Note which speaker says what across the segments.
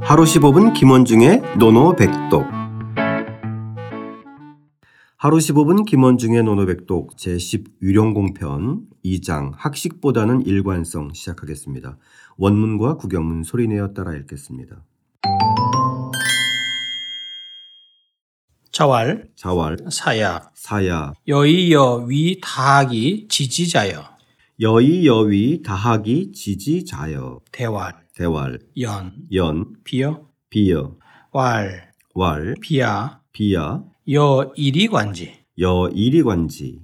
Speaker 1: 하루 15분 김원중의 노노백독 하루 15분 김원중의 노노백독 제10위령공편 2장 학식보다는 일관성 시작하겠습니다. 원문과 구경문 소리내어 따라 읽겠습니다.
Speaker 2: 자왈,
Speaker 1: 자왈,
Speaker 2: 사야,
Speaker 1: 사야,
Speaker 2: 여의여 위 다하기 지지자여,
Speaker 1: 여의 여위 다하기 지지자여,
Speaker 2: 대왈,
Speaker 1: 대왈,
Speaker 2: 연,
Speaker 1: 연,
Speaker 2: 비여,
Speaker 1: 비여,
Speaker 2: 왈,
Speaker 1: 왈,
Speaker 2: 비야,
Speaker 1: 비야,
Speaker 2: 여 이리관지.
Speaker 1: 여이리관지.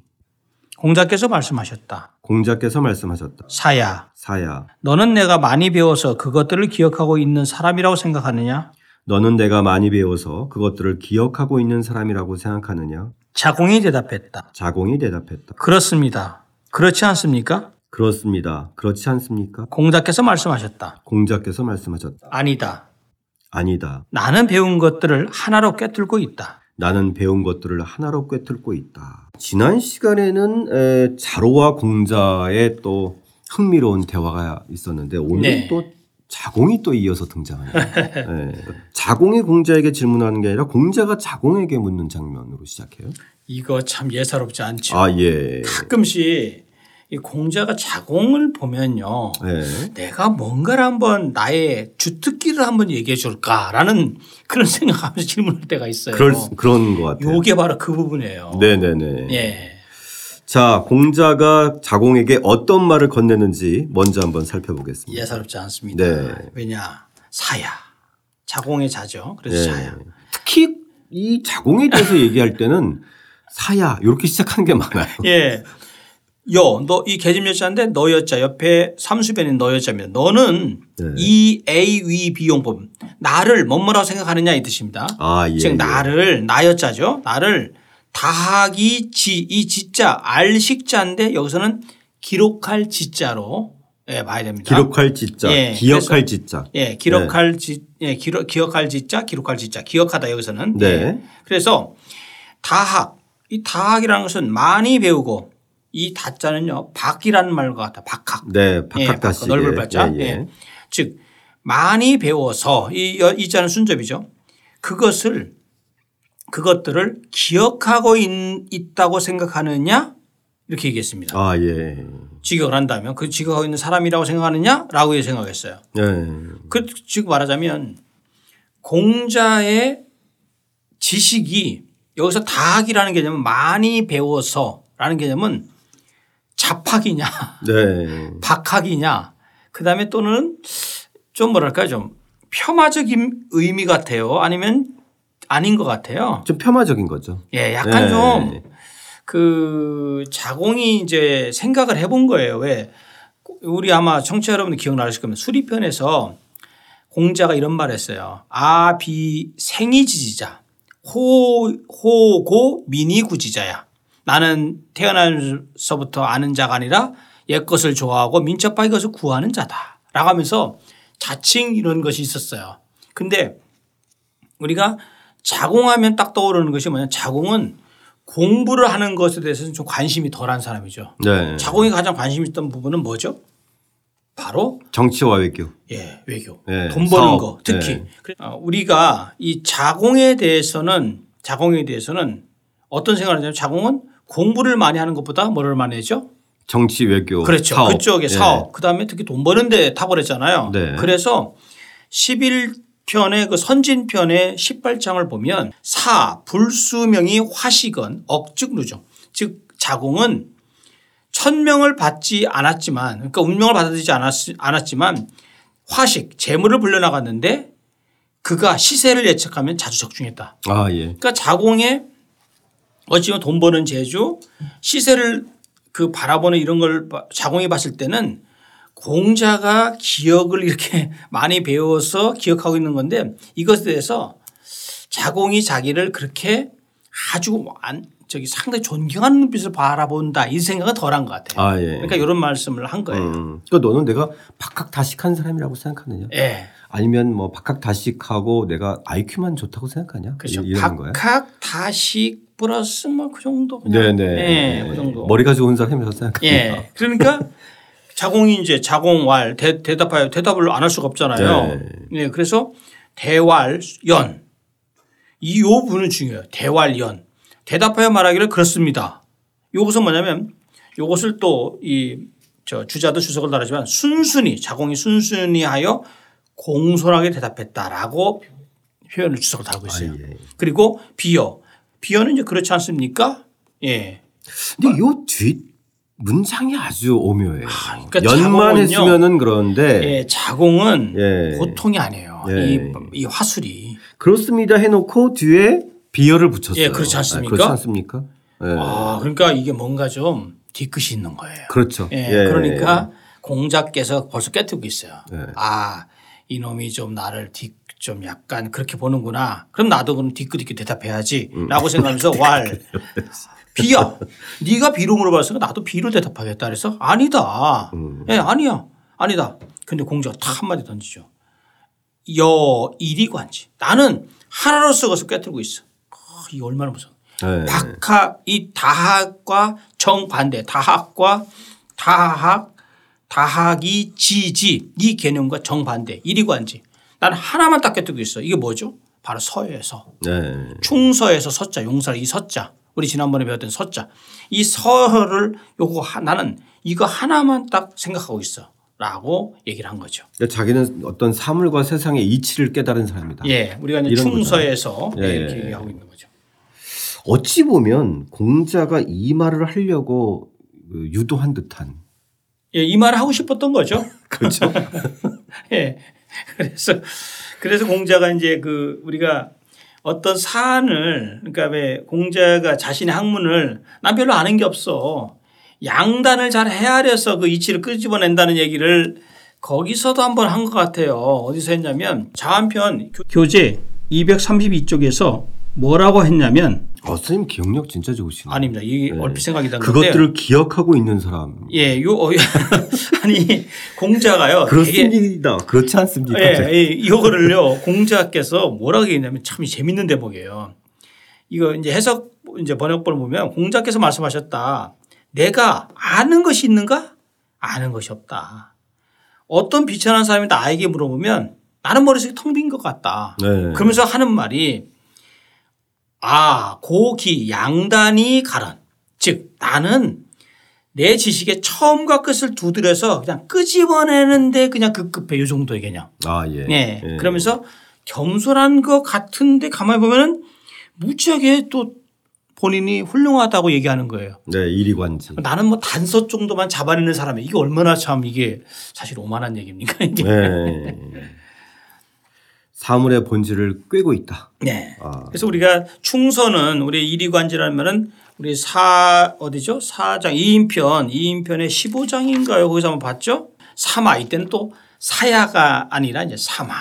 Speaker 2: 공자께서 말씀하셨다.
Speaker 1: 공자께서 말씀하셨다.
Speaker 2: 사야,
Speaker 1: 사야,
Speaker 2: 너는 내가 많이 배워서 그것들을 기억하고 있는 사람이라고 생각하느냐?
Speaker 1: 너는 내가 많이 배워서 그것들을 기억하고 있는 사람이라고 생각하느냐?
Speaker 2: 자공이 대답했다.
Speaker 1: 자공이 대답했다.
Speaker 2: 그렇습니다. 그렇지 않습니까?
Speaker 1: 그렇습니다. 그렇지 않습니까?
Speaker 2: 공자께서 말씀하셨다.
Speaker 1: 공자께서 말씀하셨다.
Speaker 2: 아니다.
Speaker 1: 아니다.
Speaker 2: 나는 배운 것들을 하나로 꿰뚫고 있다.
Speaker 1: 나는 배운 것들을 하나로 꿰뚫고 있다. 지난 시간에는 에, 자로와 공자의 또 흥미로운 대화가 있었는데 오늘
Speaker 2: 네.
Speaker 1: 또 자공이 또 이어서 등장하네요. 예. 자공이 공자에게 질문하는 게 아니라 공자가 자공에게 묻는 장면으로 시작해요.
Speaker 2: 이거 참 예사롭지 않죠.
Speaker 1: 아 예.
Speaker 2: 가끔씩 이 공자가 자공을 보면요.
Speaker 1: 예.
Speaker 2: 내가 뭔가를 한번 나의 주특기를 한번 얘기해 줄까라는 그런 생각하면서 질문할 때가 있어요.
Speaker 1: 그럴 그런 것 같아요.
Speaker 2: 요게 바로 그 부분이에요.
Speaker 1: 네네네.
Speaker 2: 예.
Speaker 1: 자, 공자가 자공에게 어떤 말을 건네는지 먼저 한번 살펴보겠습니다.
Speaker 2: 예사롭지 않습니다.
Speaker 1: 네.
Speaker 2: 왜냐? 사야. 자공의 자죠. 그래서
Speaker 1: 네.
Speaker 2: 사야.
Speaker 1: 예. 특히 이 자공에 대해서 얘기할 때는 사야 이렇게 시작하는 게 많아요.
Speaker 2: 예. 여, 너 이 개집 여자인데 너 여자 옆에 삼수변인 너 여자입니다. 너는
Speaker 1: 네.
Speaker 2: 이 A 위 비용법 나를 뭐뭐라고 생각하느냐 이 뜻입니다.
Speaker 1: 아, 예, 예.
Speaker 2: 즉 나를 나 여자죠. 나를 다하기 지 이 지자 알식자인데 여기서는 기록할 지자로 예, 봐야 됩니다.
Speaker 1: 기록할 네. 짓자,
Speaker 2: 예,
Speaker 1: 기억할 짓자.
Speaker 2: 예, 기록할 지 예, 기록 기억할 지자 기록할 지자 기억하다 여기서는
Speaker 1: 네.
Speaker 2: 예. 그래서 다학 이 다학이라는 것은 많이 배우고 이 다자는요 박이라는 말과 같아 박학
Speaker 1: 네,
Speaker 2: 예,
Speaker 1: 박학다시.
Speaker 2: 넓을 발자.
Speaker 1: 예,
Speaker 2: 예,
Speaker 1: 예.
Speaker 2: 즉 많이 배워서 이 여- 이자는 순접이죠. 그것을 그것들을 기억하고 있, 있다고 생각하느냐 이렇게 얘기했습니다.
Speaker 1: 아, 예.
Speaker 2: 직역을 한다면 그 직역하고 있는 사람이라고 생각하느냐라고 생각했어요.
Speaker 1: 예.
Speaker 2: 그, 즉 말하자면 공자의 지식이 여기서 다학이라는 개념은 많이 배워서라는 개념은 잡학이냐
Speaker 1: 네.
Speaker 2: 박학이냐 그다음에 또는 좀 뭐랄까 좀 폄하적인 의미 같아요 아니면 아닌 것 같아요
Speaker 1: 좀 폄하적인 거죠.
Speaker 2: 예 약간
Speaker 1: 예.
Speaker 2: 좀 그 자공이 이제 생각을 해본 거예요 왜 우리 아마 청취자 여러분들 기억나실 겁니다 수리편에서 공자가 이런 말 했어요 아비 생이 지지자 호 호고 민이 구지자야 나는 태어나서부터 아는 자가 아니라 옛 것을 좋아하고 민첩하게 것을 구하는 자다. 라고 하면서 자칭 이런 것이 있었어요. 근데 우리가 자공하면 딱 떠오르는 것이 뭐냐. 자공은 공부를 하는 것에 대해서는 좀 관심이 덜한 사람이죠.
Speaker 1: 네.
Speaker 2: 자공이 가장 관심 있던 부분은 뭐죠? 바로
Speaker 1: 정치와 외교.
Speaker 2: 예, 외교.
Speaker 1: 예,
Speaker 2: 돈 버는
Speaker 1: 사업.
Speaker 2: 거 특히
Speaker 1: 예.
Speaker 2: 그래- 어, 우리가 이 자공에 대해서는 자공에 대해서는 어떤 생각을 하냐면 자공은 공부를 많이 하는 것보다 뭐를 많이 하죠?
Speaker 1: 정치 외교.
Speaker 2: 그렇죠.
Speaker 1: 사업. 예.
Speaker 2: 그쪽에 사업. 그다음에 특히 돈 버는 데 탁월했잖아요.
Speaker 1: 네.
Speaker 2: 그래서 11편의 그 선진편의 18장을 보면 사 불수명이 화식은 억측루정. 즉 자공은 천명을 받지 않았지만 그러니까 운명을 받아들이지 않았, 않았지만 화식 재물을 불려나갔는데 그가 시세를 예측하면 자주 적중했다.
Speaker 1: 예. 아, 예.
Speaker 2: 그러니까 자공의 어찌보면 돈 버는 재주 시세를 그 바라보는 이런 걸 봐- 자공이 봤을 때는 공자가 기억을 이렇게 많이 배워서 기억하고 있는 건데 이것에 대해서 자공이 자기를 그렇게 아주 완- 저기 상당히 존경하는 눈빛을 바라본다 이 생각은 덜한 것 같아요.
Speaker 1: 아, 예.
Speaker 2: 그러니까 이런 말씀을 한 거예요.
Speaker 1: 음. 그러니까 너는 내가 박학다식한 사람이라고 생각하느냐?
Speaker 2: 예.
Speaker 1: 아니면 뭐 박학다식하고 내가 IQ만 좋다고 생각하냐?
Speaker 2: 그렇죠.
Speaker 1: 이- 이런 거야.
Speaker 2: 박학 다식 플러스 뭐 그 정도
Speaker 1: 네,
Speaker 2: 그냥
Speaker 1: 네.
Speaker 2: 예, 그 정도.
Speaker 1: 머리가 좋은 사람이라고 생각합니다.
Speaker 2: 예. 그러니까
Speaker 1: 네.
Speaker 2: 자공이 이제 자공왈 대, 답하여 대답을 안 할 수가 없잖아요. 예. 그래서 대왈연 이 요 부분은 중요해요. 대왈연 대답하여 말하기를 그렇습니다. 요것은 뭐냐면 요것을 또 이 저 주자도 주석을 달았지만 순순히 자공이 순순히 하여 공손하게 대답했다라고 표현을 주석을 달고 있어요.
Speaker 1: 예.
Speaker 2: 그리고 비어 비어는 이제 그렇지 않습니까? 예.
Speaker 1: 근데 요 뒷 문장이 아주 오묘해요.
Speaker 2: 그러니까
Speaker 1: 연만
Speaker 2: 자몽은요.
Speaker 1: 했으면은 그런데
Speaker 2: 예, 자공은
Speaker 1: 예.
Speaker 2: 보통이 아니에요.
Speaker 1: 예.
Speaker 2: 이, 이 화술이.
Speaker 1: 그렇습니다 해놓고 뒤에 비열을 붙였어요.
Speaker 2: 예, 그렇지 않습니까?
Speaker 1: 아, 그렇지 않습니까? 예.
Speaker 2: 아, 그러니까 이게 뭔가 좀 뒤끝이 있는 거예요.
Speaker 1: 그렇죠.
Speaker 2: 예, 그러니까 공자께서 벌써 깨뜨리고 있어요.
Speaker 1: 예.
Speaker 2: 아, 이놈이 좀 나를 뒤, 좀 약간 그렇게 보는구나. 그럼 나도 그럼 뒤끝 있게 대답해야지.
Speaker 1: 음.
Speaker 2: 라고 생각하면서 왈. 비야. 네가 비로 물어봤으니까 나도 비로 대답하겠다. 그래서 아니다.
Speaker 1: 음.
Speaker 2: 예, 아니야. 아니다. 근데 공자가 탁 한마디 던지죠. 여 이리관지. 나는 하나로 썩어서 깨뜨리고 있어. 아, 이거 얼마나 무서워.
Speaker 1: 예.
Speaker 2: 박학 이 다학과 정반대 다학과 다학 다학이 지지 이 개념과 정반대 이리관지 난 하나만 딱 깨뜨리고 있어 이게 뭐죠? 바로 서에서
Speaker 1: 예.
Speaker 2: 충서에서 서자 용사 이 서자 우리 지난번에 배웠던 서자 이 서를 요거 하- 나는 이거 하나만 딱 생각하고 있어라고 얘기를 한 거죠.
Speaker 1: 그러니까 자기는 어떤 사물과 세상의 이치를 깨달은 사람이다.
Speaker 2: 예, 우리가 이제
Speaker 1: 아, 이런
Speaker 2: 충서에서
Speaker 1: 예,
Speaker 2: 이렇게
Speaker 1: 예.
Speaker 2: 얘기하고 있는 거죠.
Speaker 1: 어찌 보면 공자가 이 말을 하려고 그 유도한 듯한
Speaker 2: 예, 이 말을 하고 싶었던 거죠.
Speaker 1: 그렇죠.
Speaker 2: 예. 그래서 그래서 공자가 이제 그 우리가 어떤 사안을 그러니까 왜 공자가 자신의 학문을 난 별로 아는 게 없어 양단을 잘 헤아려서 그 이치를 끄집어낸다는 얘기를 거기서도 한번 한 것 같아요. 어디서 했냐면 자한편 교- 교재 232쪽에서 뭐라고 했냐면
Speaker 1: 어, 선생님 기억력 진짜 좋으시네요.
Speaker 2: 아닙니다. 이게
Speaker 1: 네.
Speaker 2: 얼핏 생각이 나는데
Speaker 1: 그것들을 기억하고 있는 사람.
Speaker 2: 예, 요 어, 아니 공자가요. 되게
Speaker 1: 그렇습니다. 그렇지 않습니까?
Speaker 2: 어,
Speaker 1: 네.
Speaker 2: 예, 예, 이거를요 공자께서 뭐라고 얘기했냐면 참 재밌는 대목이에요. 이거 이제 해석 이제 번역본을 보면 공자께서 말씀하셨다. 내가 아는 것이 있는가? 아는 것이 없다. 어떤 비천한 사람이 나에게 물어보면 나는 머릿속이 텅 빈 것 같다.
Speaker 1: 네.
Speaker 2: 그러면서 하는 말이 아 고기 양단이 가란 즉 나는 내 지식의 처음과 끝을 두드려서 그냥 끄집어내는데 그냥 급급해 요 정도의 개념.
Speaker 1: 아 예.
Speaker 2: 네.
Speaker 1: 예.
Speaker 2: 그러면서 겸손한 것 같은데 가만히 보면은 무지하게 또 본인이 훌륭하다고 얘기하는 거예요.
Speaker 1: 네 이리관지.
Speaker 2: 나는 뭐 단서 정도만 잡아내는 사람이 이게 얼마나 참 이게 사실 오만한 얘기입니까 이게.
Speaker 1: 네. 사물의 본질을 꿰고 있다.
Speaker 2: 네.
Speaker 1: 아.
Speaker 2: 그래서 우리가 충서는 우리 이리관지라면은 우리 사 어디죠? 사장 2인편 2인편의 15장인가요? 거기서 한번 봤죠? 사마 이때는 또 사야가 아니라 이제 사마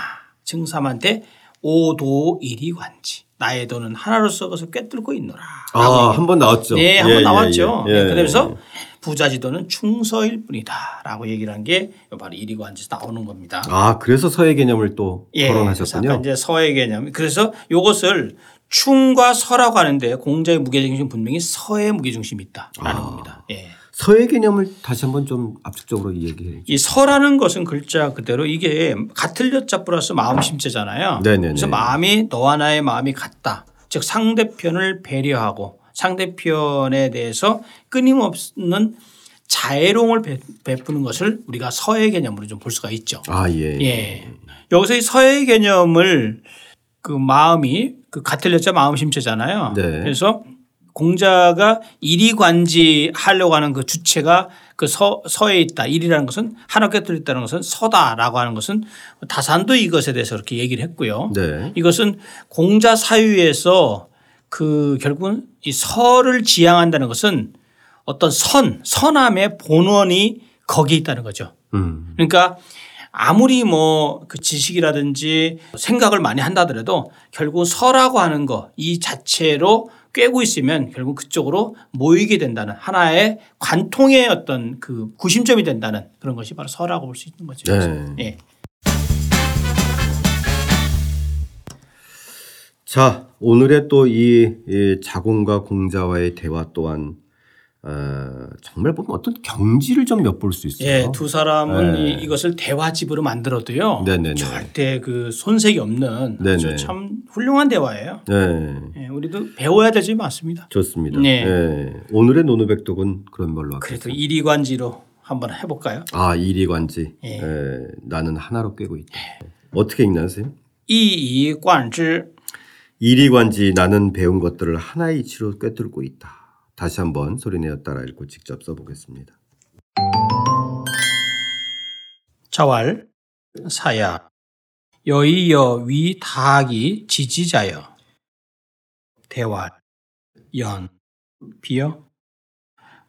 Speaker 2: 증삼한테 오도 이리관지 나의 도는 하나로 썩어서 꿰뚫고 있노라.
Speaker 1: 아 한 번 나왔죠.
Speaker 2: 네, 한
Speaker 1: 예,
Speaker 2: 번
Speaker 1: 예,
Speaker 2: 나왔죠.
Speaker 1: 예, 예.
Speaker 2: 그래서 부자지도는 충서일 뿐이다라고 얘기를 한 게 바로 이리관지에서 나오는 겁니다.
Speaker 1: 아 그래서 서의 개념을 또
Speaker 2: 예, 그래서 아까
Speaker 1: 거론하셨군요.
Speaker 2: 이제 서의 개념. 그래서 이것을 충과 서라고 하는데 공자의 무게중심 분명히 서의 무게중심이
Speaker 1: 아.
Speaker 2: 있다라는 겁니다. 예.
Speaker 1: 서의 개념을 다시 한번 좀 압축적으로 이야기해.
Speaker 2: 이 서라는 것은 글자 그대로 이게 같을 여자 플러스 마음 심체잖아요.
Speaker 1: 네네네.
Speaker 2: 그래서 마음이 너와 나의 마음이 같다. 즉 상대편을 배려하고 상대편에 대해서 끊임없는 자애롱을 베- 베푸는 것을 우리가 서의 개념으로 좀 볼 수가 있죠.
Speaker 1: 아 예.
Speaker 2: 예. 여기서 이 서의 개념을 그 마음이 그 같은 여자 마음 심체잖아요.
Speaker 1: 네.
Speaker 2: 그래서 공자가 일이 관지 하려고 하는 그 주체가 그 서, 서에 있다. 일이라는 것은 하나 꿰뚫 있다는 것은 서다라고 하는 것은 다산도 이것에 대해서 그렇게 얘기를 했고요.
Speaker 1: 네.
Speaker 2: 이것은 공자 사유에서 그 결국은 이 서를 지향한다는 것은 어떤 선, 선함의 본원이 거기에 있다는 거죠.
Speaker 1: 음.
Speaker 2: 그러니까 아무리 뭐 그 지식이라든지 생각을 많이 한다더라도 결국 서라고 하는 거 이 자체로 꿰고 있으면 결국 그쪽으로 모이게 된다는 하나의 관통의 어떤 그 구심점이 된다는 그런 것이 바로 서라고 볼 수 있는 거죠.
Speaker 1: 네.
Speaker 2: 예.
Speaker 1: 자 오늘의 또 이 자공과 공자와의 대화 또한 아, 어, 정말 보면 어떤 경지를 좀 엿볼 수 있어요.
Speaker 2: 예, 두 사람은
Speaker 1: 네.
Speaker 2: 이, 것을 대화집으로 만들어도요.
Speaker 1: 네네네.
Speaker 2: 절대 그 손색이 없는 아주
Speaker 1: 네네.
Speaker 2: 참 훌륭한 대화예요.
Speaker 1: 네,
Speaker 2: 예, 우리도 배워야 되지 맞습니다.
Speaker 1: 좋습니다.
Speaker 2: 네.
Speaker 1: 예, 오늘의 노노백독은 그런 걸로
Speaker 2: 그래도
Speaker 1: 하겠습니다.
Speaker 2: 이리관지로 한번 해볼까요?
Speaker 1: 아 이리관지.
Speaker 2: 예.
Speaker 1: 예, 나는 하나로 꿰고 있다. 어떻게 읽나요, 선생님?
Speaker 2: 이이관지
Speaker 1: 이리관지 나는 배운 것들을 하나의 이치로 꿰뚫고 있다. 다시 한번 소리내어 따라 읽고 직접 써보겠습니다.
Speaker 2: 자왈 사야 여의여 위 다하기 지지자여 대왈 연 비여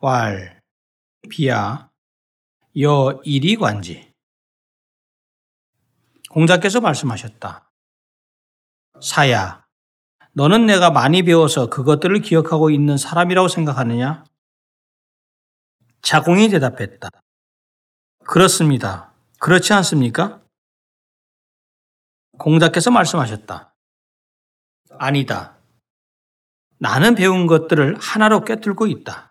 Speaker 2: 왈 비야 여 이리관지 공자께서 말씀하셨다. 사야 너는 내가 많이 배워서 그것들을 기억하고 있는 사람이라고 생각하느냐? 자공이 대답했다. 그렇습니다. 그렇지 않습니까? 공자께서 말씀하셨다. 아니다. 나는 배운 것들을 하나로 꿰뚫고 있다.